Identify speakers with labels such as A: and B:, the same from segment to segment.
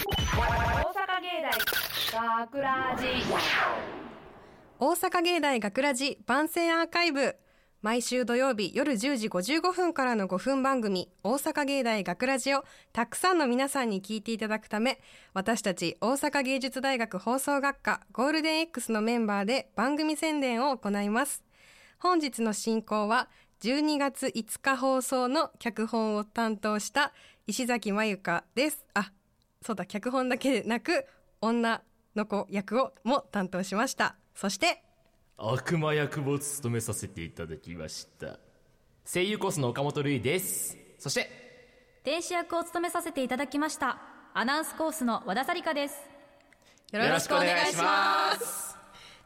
A: 大阪芸大学ラジ
B: 大阪芸大学ラジ番宣アーカイブ毎週土曜日夜10時55分からの5分番組「大阪芸大学ラジをたくさんの皆さんに聞いていただくため私たち大阪芸術大学放送学科ゴールデン X のメンバーで番組宣伝を行います本日の進行は12月5日放送の脚本を担当した石崎まゆかですあそうだ脚本だけでなく女の子役をも担当しましたそして
C: 悪魔役を務めさせていただきました声優コースの岡本瑠衣ですそして
D: 電子役を務めさせていただきましたアナウンスコースの和田紗理香です
B: よ
C: す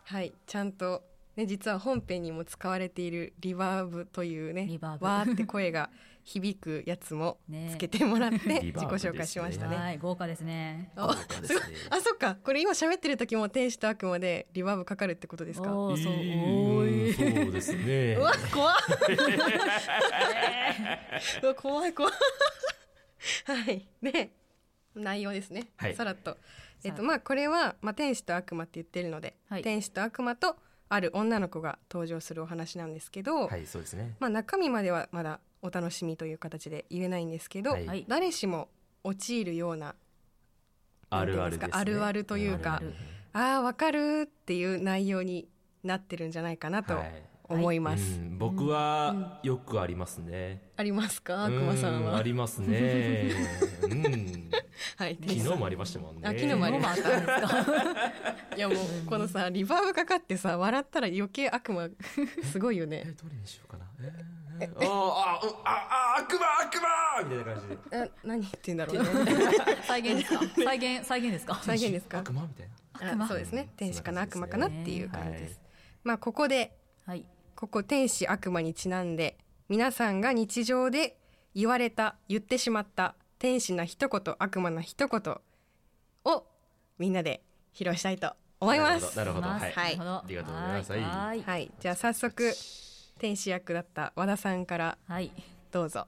B: はいちゃんとね実は本編にも使われているリバーブというね
D: リバーブ
B: わーって声が響くやつも
D: ね
B: つけてもらって自
C: リ
B: 己
C: バーブですね
B: 紹介しましたね
D: はい豪華ですね
B: あ
C: 豪華ですすね
B: ごいあそっかこれ今喋ってる時も天使と悪魔でリバーブかかるってことですか
D: おーそうお
C: うん
D: ー
C: そうですね
B: うわ怖っうわ怖い怖いはいで内容ですね、
C: はい
B: さらっとえっと
D: さらっと
B: まあこれは、まあ、天使と悪魔って言ってるので、
D: はい
B: 天使と悪魔とある女の子が登場するお話なんですけど、
C: はいそうですね
B: まあ、中身まではまだお楽しみという形で言えないんですけど、
C: はい
D: はい
B: 誰しも陥るような
C: あるあるです、ね、
B: あるあるというか
C: あるある
B: あーわかるっていう内容になってるんじゃないかなと
C: はい
B: 思います。
C: うん、僕はよくありますね、
B: ありますか悪魔さん
C: う
B: は
C: あ。りますね うん
B: はい、
C: 昨日もありましたもんね
B: あ昨日もありました
D: 昨日もあったんで すか
B: いやもうこのさリバーブかかってさ笑ったら余計悪魔 すごいよね
C: えどれにしようかなえー、えー、あーあーうんああ悪魔悪魔みたいな感じで
B: あ何言ってん だろうね
D: 再現ですか再現再現ですか
B: 再現ですか
C: 悪魔みたいな
D: 悪魔
B: あそうですね天使かな
C: そ
B: 悪
C: んな
B: 魔か
C: 感
B: な
C: じですね
B: っていう感じです、
C: はい
B: まあここで
D: はい
B: ここ天使悪魔にちなんで皆さんが日常で言われた言ってしまった天使な一言悪魔な一言をみんなで披露したいと思います
C: なるほどなるほど
D: はい
C: はい
D: なるほど
C: ありがとうございます
D: はい
C: は
D: はい
B: はいじゃあ早速天使役だった和田さんから
D: はい
B: どうぞ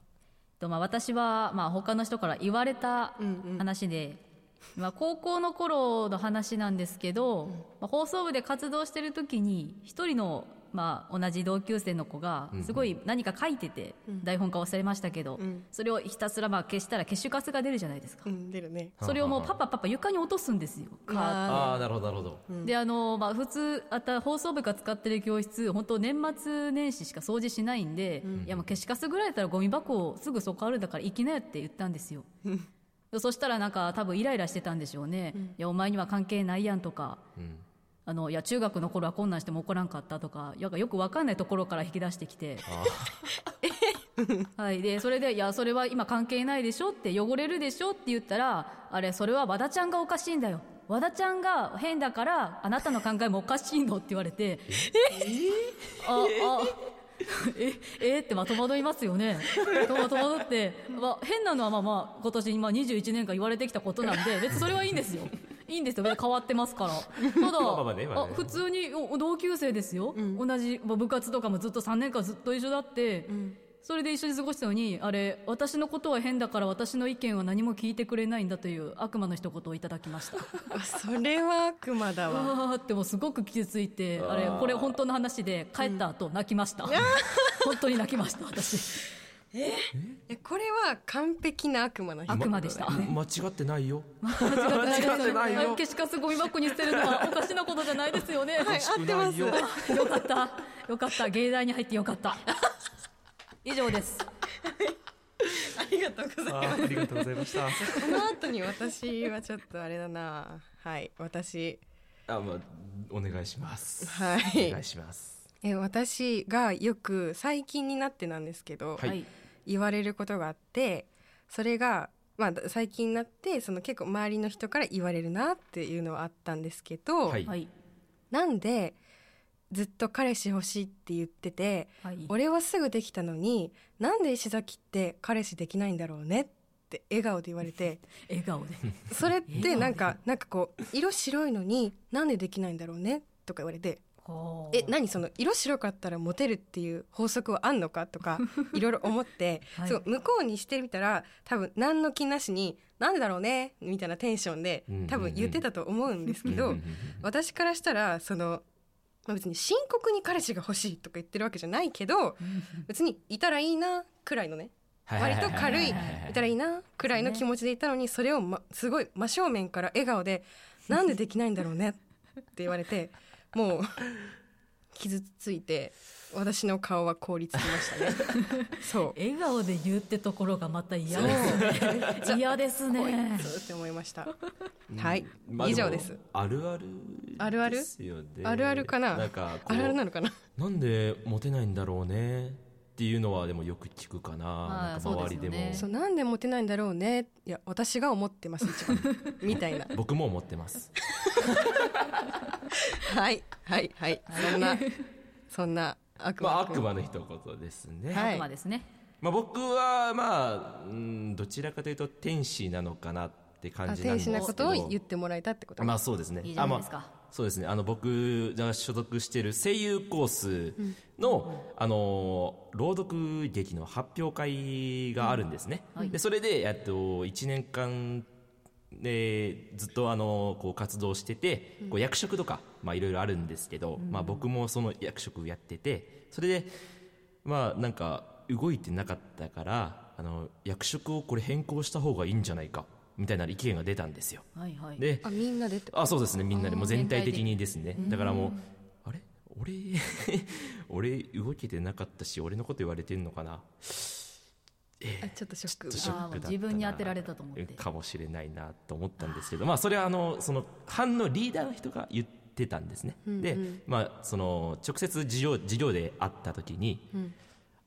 D: とまあ私はまあ他の人から言われた
B: うんうん
D: 話で、まあ高校の頃の話なんですけど、まあ放送部で活動してる時に一人のまあ同じ同級生の子が
C: うんうん
D: すごい何か書いてて、台本化忘れましたけど、
B: ん
D: それをひたすらまあ消したら消しカスが出るじゃないですか、
B: うん出るね
D: それをもうパパパパ床に落とすんですよカーッと
C: ああなるほどなるほど、
D: であの、まあ、普通あた放送部が使ってる教室本当年末年始しか掃除しないんで、いやもう消しカスぐらいだったらゴミ箱をすぐそこあるんだから行きなよって言ったんですよでそしたらなんか多分イライラしてたんでしょうね、いやお前には関係ないやんとか
C: うん
D: あのいや中学の頃はこんなんしても怒らんかったとかなんかよくわかんないところから引き出してき て
C: あ
D: はい、でそれで「いやそれは今関係ないでしょ」って「汚れるでしょ」って言ったら「あれそれは和田ちゃんがおかしいんだよ和田ちゃんが変だからあなたの考えもおかしいの」って言われて「えああえ えってまあ戸惑いますよね戸戸惑って、まあ、変なのはまあまあ今年今21年間言われてきたことなんで別にそれはいいんですよいいんですよ別に変わってますからただ、
C: まあまあまあねまあね
D: あ普通にお同級生ですよ、同じまあ部活とかもずっと3年間ずっと一緒だって、それで一緒に過ごしたのにあれ私のことは変だから私の意見は何も聞いてくれないんだという悪魔の一言をいただきました
B: あそれは悪魔だわ
D: ああってもうすごく傷ついてあれこれ本当の話で帰った後泣きました、 本当に泣きました私
B: えこれは完璧な悪魔の人
D: 悪魔でした
C: あ間違ってないよ
D: 間
C: 違ってないよ
D: 消しカスゴミ箱に捨てるのはおかしなことじゃないですよね、
B: はい合ってます
C: 少ないよ
D: よかったよかった芸大に入ってよかった以上です
B: ありがとうございます
C: あーありがとうございま した
B: この後に私はちょっとあれだなはい私
C: あまあお願いします
B: はい
C: お願いします
B: え私がよく最近になってなんですけど、
C: はい
B: 言われることがあってそれが、まあ、最近になってその結構周りの人から言われるなっていうのはあったんですけど、
C: はい
D: はい
B: なんでずっと彼氏欲しいって言ってて
D: はい
B: 俺はすぐできたのになんで石崎って彼氏できないんだろうねって笑顔で言われて
D: 笑顔で
B: それってなんかなんかこう色白いのになんでできないんだろうねとか言われて
D: ほう
B: え何その色白かったらモテるっていう法則はあんのかと かいろいろ思って、
D: はい
B: そう向こうにしてみたら多分何の気なしに「なんでだろうね」みたいなテンションで
C: うんうんうん
B: 多分言ってたと思うんですけ
C: う
B: ど、
C: んうんうん
B: 私からしたらその、まあ、別に深刻に彼氏が欲しいとか言ってるわけじゃないけど別にいたらいいなくらいのね割と軽いいたらいいなくらいの気持ちでいたのにそれを、ますごい真正面から笑顔で「なんでできないんだろうね」って言われてもう傷ついて私の顔は凍りつきました ね。そう
D: 笑顔で言うってところがまた嫌ですね 嫌です
B: こい
D: ね
B: つって思いました。はい、
E: まあ
B: 以上です
E: も。あるある
B: あるある
E: ですよね
B: あるあるかな。
E: なんかこ
B: あ
E: う
B: るあるなのかな。
E: なんでモテないんだろうねっていうのはでもよく聞くかな,、
D: はい
E: なんか周りでも
D: そうです
B: そ
D: よ
B: うなんでモテないんだろうね。いや私が思ってます一番 みたいな。
E: 僕も思ってます
B: はいはいはい。そんなそんな悪魔。
E: まあ悪魔の一言ですね、
B: はい
D: 悪魔ですね
E: まあ、僕はまあうんどちらかというと天使なのかなって感
B: あ
E: じなん
B: 天
E: です
B: 使
E: けど
B: なことを言ってもらえたってこと。
E: まあそうですね
D: いいじゃないですか
E: あまあそうですねあの僕が所属している声優コースの、あのー朗読劇の発表会があるんですね、でそれでえっと1年間でずっとあのこう活動してて、こう役職とかまあいろいろあるんですけど、まあ、僕もその役職やっててそれでまあなんか動いてなかったからあの役職をこれ変更した方がいいんじゃないかみたいな意見が出たんですよ
D: はいはい
E: で
B: あみんなでってこと
E: あそうですねみんなで
D: あー
E: もう全体的にですねだからもうあれ俺 俺動けてなかったし俺のこと言われてんのかな
B: あちょっとショック
E: ちょっとショックだったな
D: あー自分に当てられたと思って
E: かもしれないなと思ったんですけどまあそれはあのその班のリーダーの人が言ってたんですね、で、まあ、その直接授業授業で会った時に、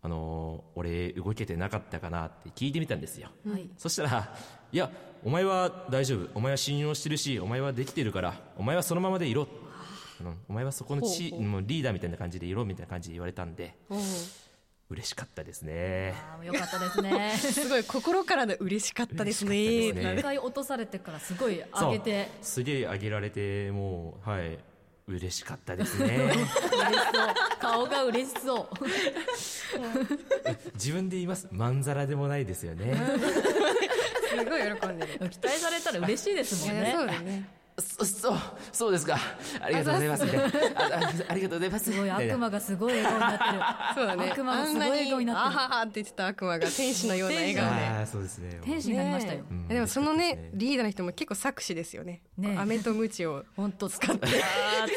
E: あの俺動けてなかったかなって聞いてみたんですよ、
D: はい
E: そしたら「いやお前は大丈夫お前は信用してるしお前はできてるからお前はそのままでいろ」うんお前はそこのチ
B: ほうほう
E: もうリーダーみたいな感じでいろ」みたいな感じで言われたんで
B: おう
E: 嬉しかったですね
D: あーよかったですね
B: すごい心からの嬉しかったですね
E: 嬉しかったですね
D: 一回落とされてからすごい上げて
E: そうすげえ上げられてもうはい嬉しかったです ね
D: 嬉しそう顔が嬉しそう
E: 自分で言いますまんざらでもないですよね
B: すごい喜んでる。
D: 期待されたら嬉しいですもん
B: いや
D: ね
B: そうだね。
E: そそうそうですかありがとうございますみたいなああありがとうございます
D: すごい悪魔がすごい笑顔になって
B: そう
D: る
B: だね。
D: 悪魔がすごい笑顔
B: あんなに
D: になってる
B: あははって言ってた悪魔が天使のような笑顔で。
E: ああそうです ね
D: 天使になりましたよ
B: ねえでもそのねリーダーの人も結構作詞ですよね。
D: ねえ
B: アメとムチを
D: 本当使 って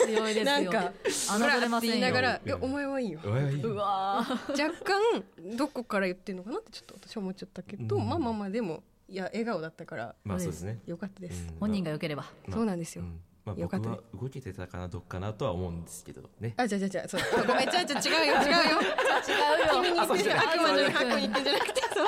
D: 強いですよ
B: なんか
D: 侮れ
B: ほら
D: ま
B: って
D: せ
B: 言
D: ん
B: いなが
D: よ
B: らいやお前はいいよ。
E: おい
D: わあ
B: 若干どこから言ってんのかなってちょっと私は思っちゃったけど、
E: うん
B: まあまあまあでもいや笑顔だったから
E: まあそうですね
B: よかったです。
D: 本人が良ければ
B: そうなんですよ。
E: うんまあ、
B: よ
E: 僕
B: かったね
E: は動けてたかなどっかなとは思うんですけどね
B: あ、じゃあじゃあじゃあそうあごめん、じゃあじゃあ違うよ、違うよ。
D: 違う
B: 君に
D: よ
B: 言ってる悪魔の悪魔に言
D: あ
B: ってんじゃなくて、そう。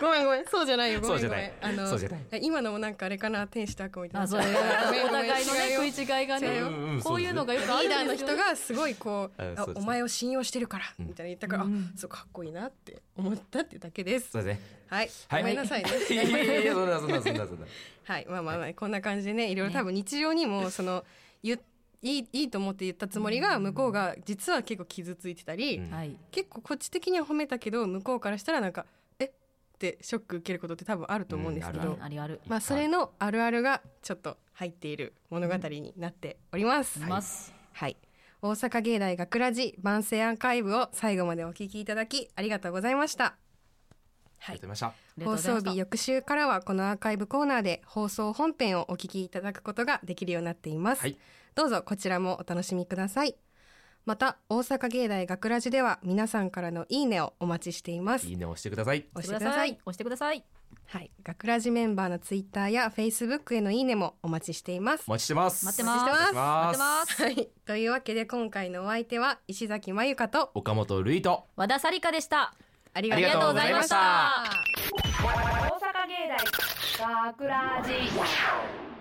B: ごめんごめん、そうじゃないよ、ごめんご
E: そうじゃな
B: めん
E: い。
B: あの
E: そうじゃない、
B: 今のもなんかあれかな、天使と悪魔みたいな。
D: そうだ
B: ごめん
D: よお
B: ごめん
D: 互いのね
B: 違う
D: 食
B: よ
D: い違いがね
E: うんうん
D: こういうのがよくあ
B: リ
D: る
B: ー
D: ん
B: ダーの
D: ですよ
B: 人がすごいこう
E: あ
B: あ
E: そうです
B: お
E: ね
B: 前を信用してるからみたいな言ったから、あそうかっこいいなって思ったってだけです
E: そうですね
B: はい、
E: はい
B: ごめん なさいね
E: いやいやいやそんなそんなそんなそんな
B: はいまあまあまあこんな感じでねいろいろ多分日常にもその言っいいいいと思って言ったつもりが向こうが実は結構傷ついてたり、
E: うん
D: はい
B: 結構こっち的には褒めたけど向こうからしたらなんか「えっ?」てショック受けることって多分あると思うんですけど、
E: うん
D: あるある
B: まあ、それのあるあるがちょっと入っている物語になっております。
D: います
B: はい。大阪芸大学ラジ万世アーカイブを最後までお聞きいただきありがとうございました。放
E: ありがとうございました
D: ありがとうございま
B: 送
D: した
B: 日翌週からはこのアーカイブコーナーで放送本編をお聞きいただくことができるようになっています、
E: はい
B: どうぞこちらもお楽しみくださいまた大阪芸大学ラジでは皆さんからのいいねをお待ちしています
E: いいね押してください
B: 押してください
D: 押してください
B: はい。学ラジメンバーのツイッターやフェイスブックへのいいねもお待ちしています
E: お待ちしてます
D: 待ってます
B: お待ちして
E: ます
D: 待ってます
B: はい。というわけで今回のお相手は石崎まゆかと
E: 岡本瑠衣と
D: 和田紗理香でした
B: あり
E: がとうございました
A: 大阪芸大学ラジ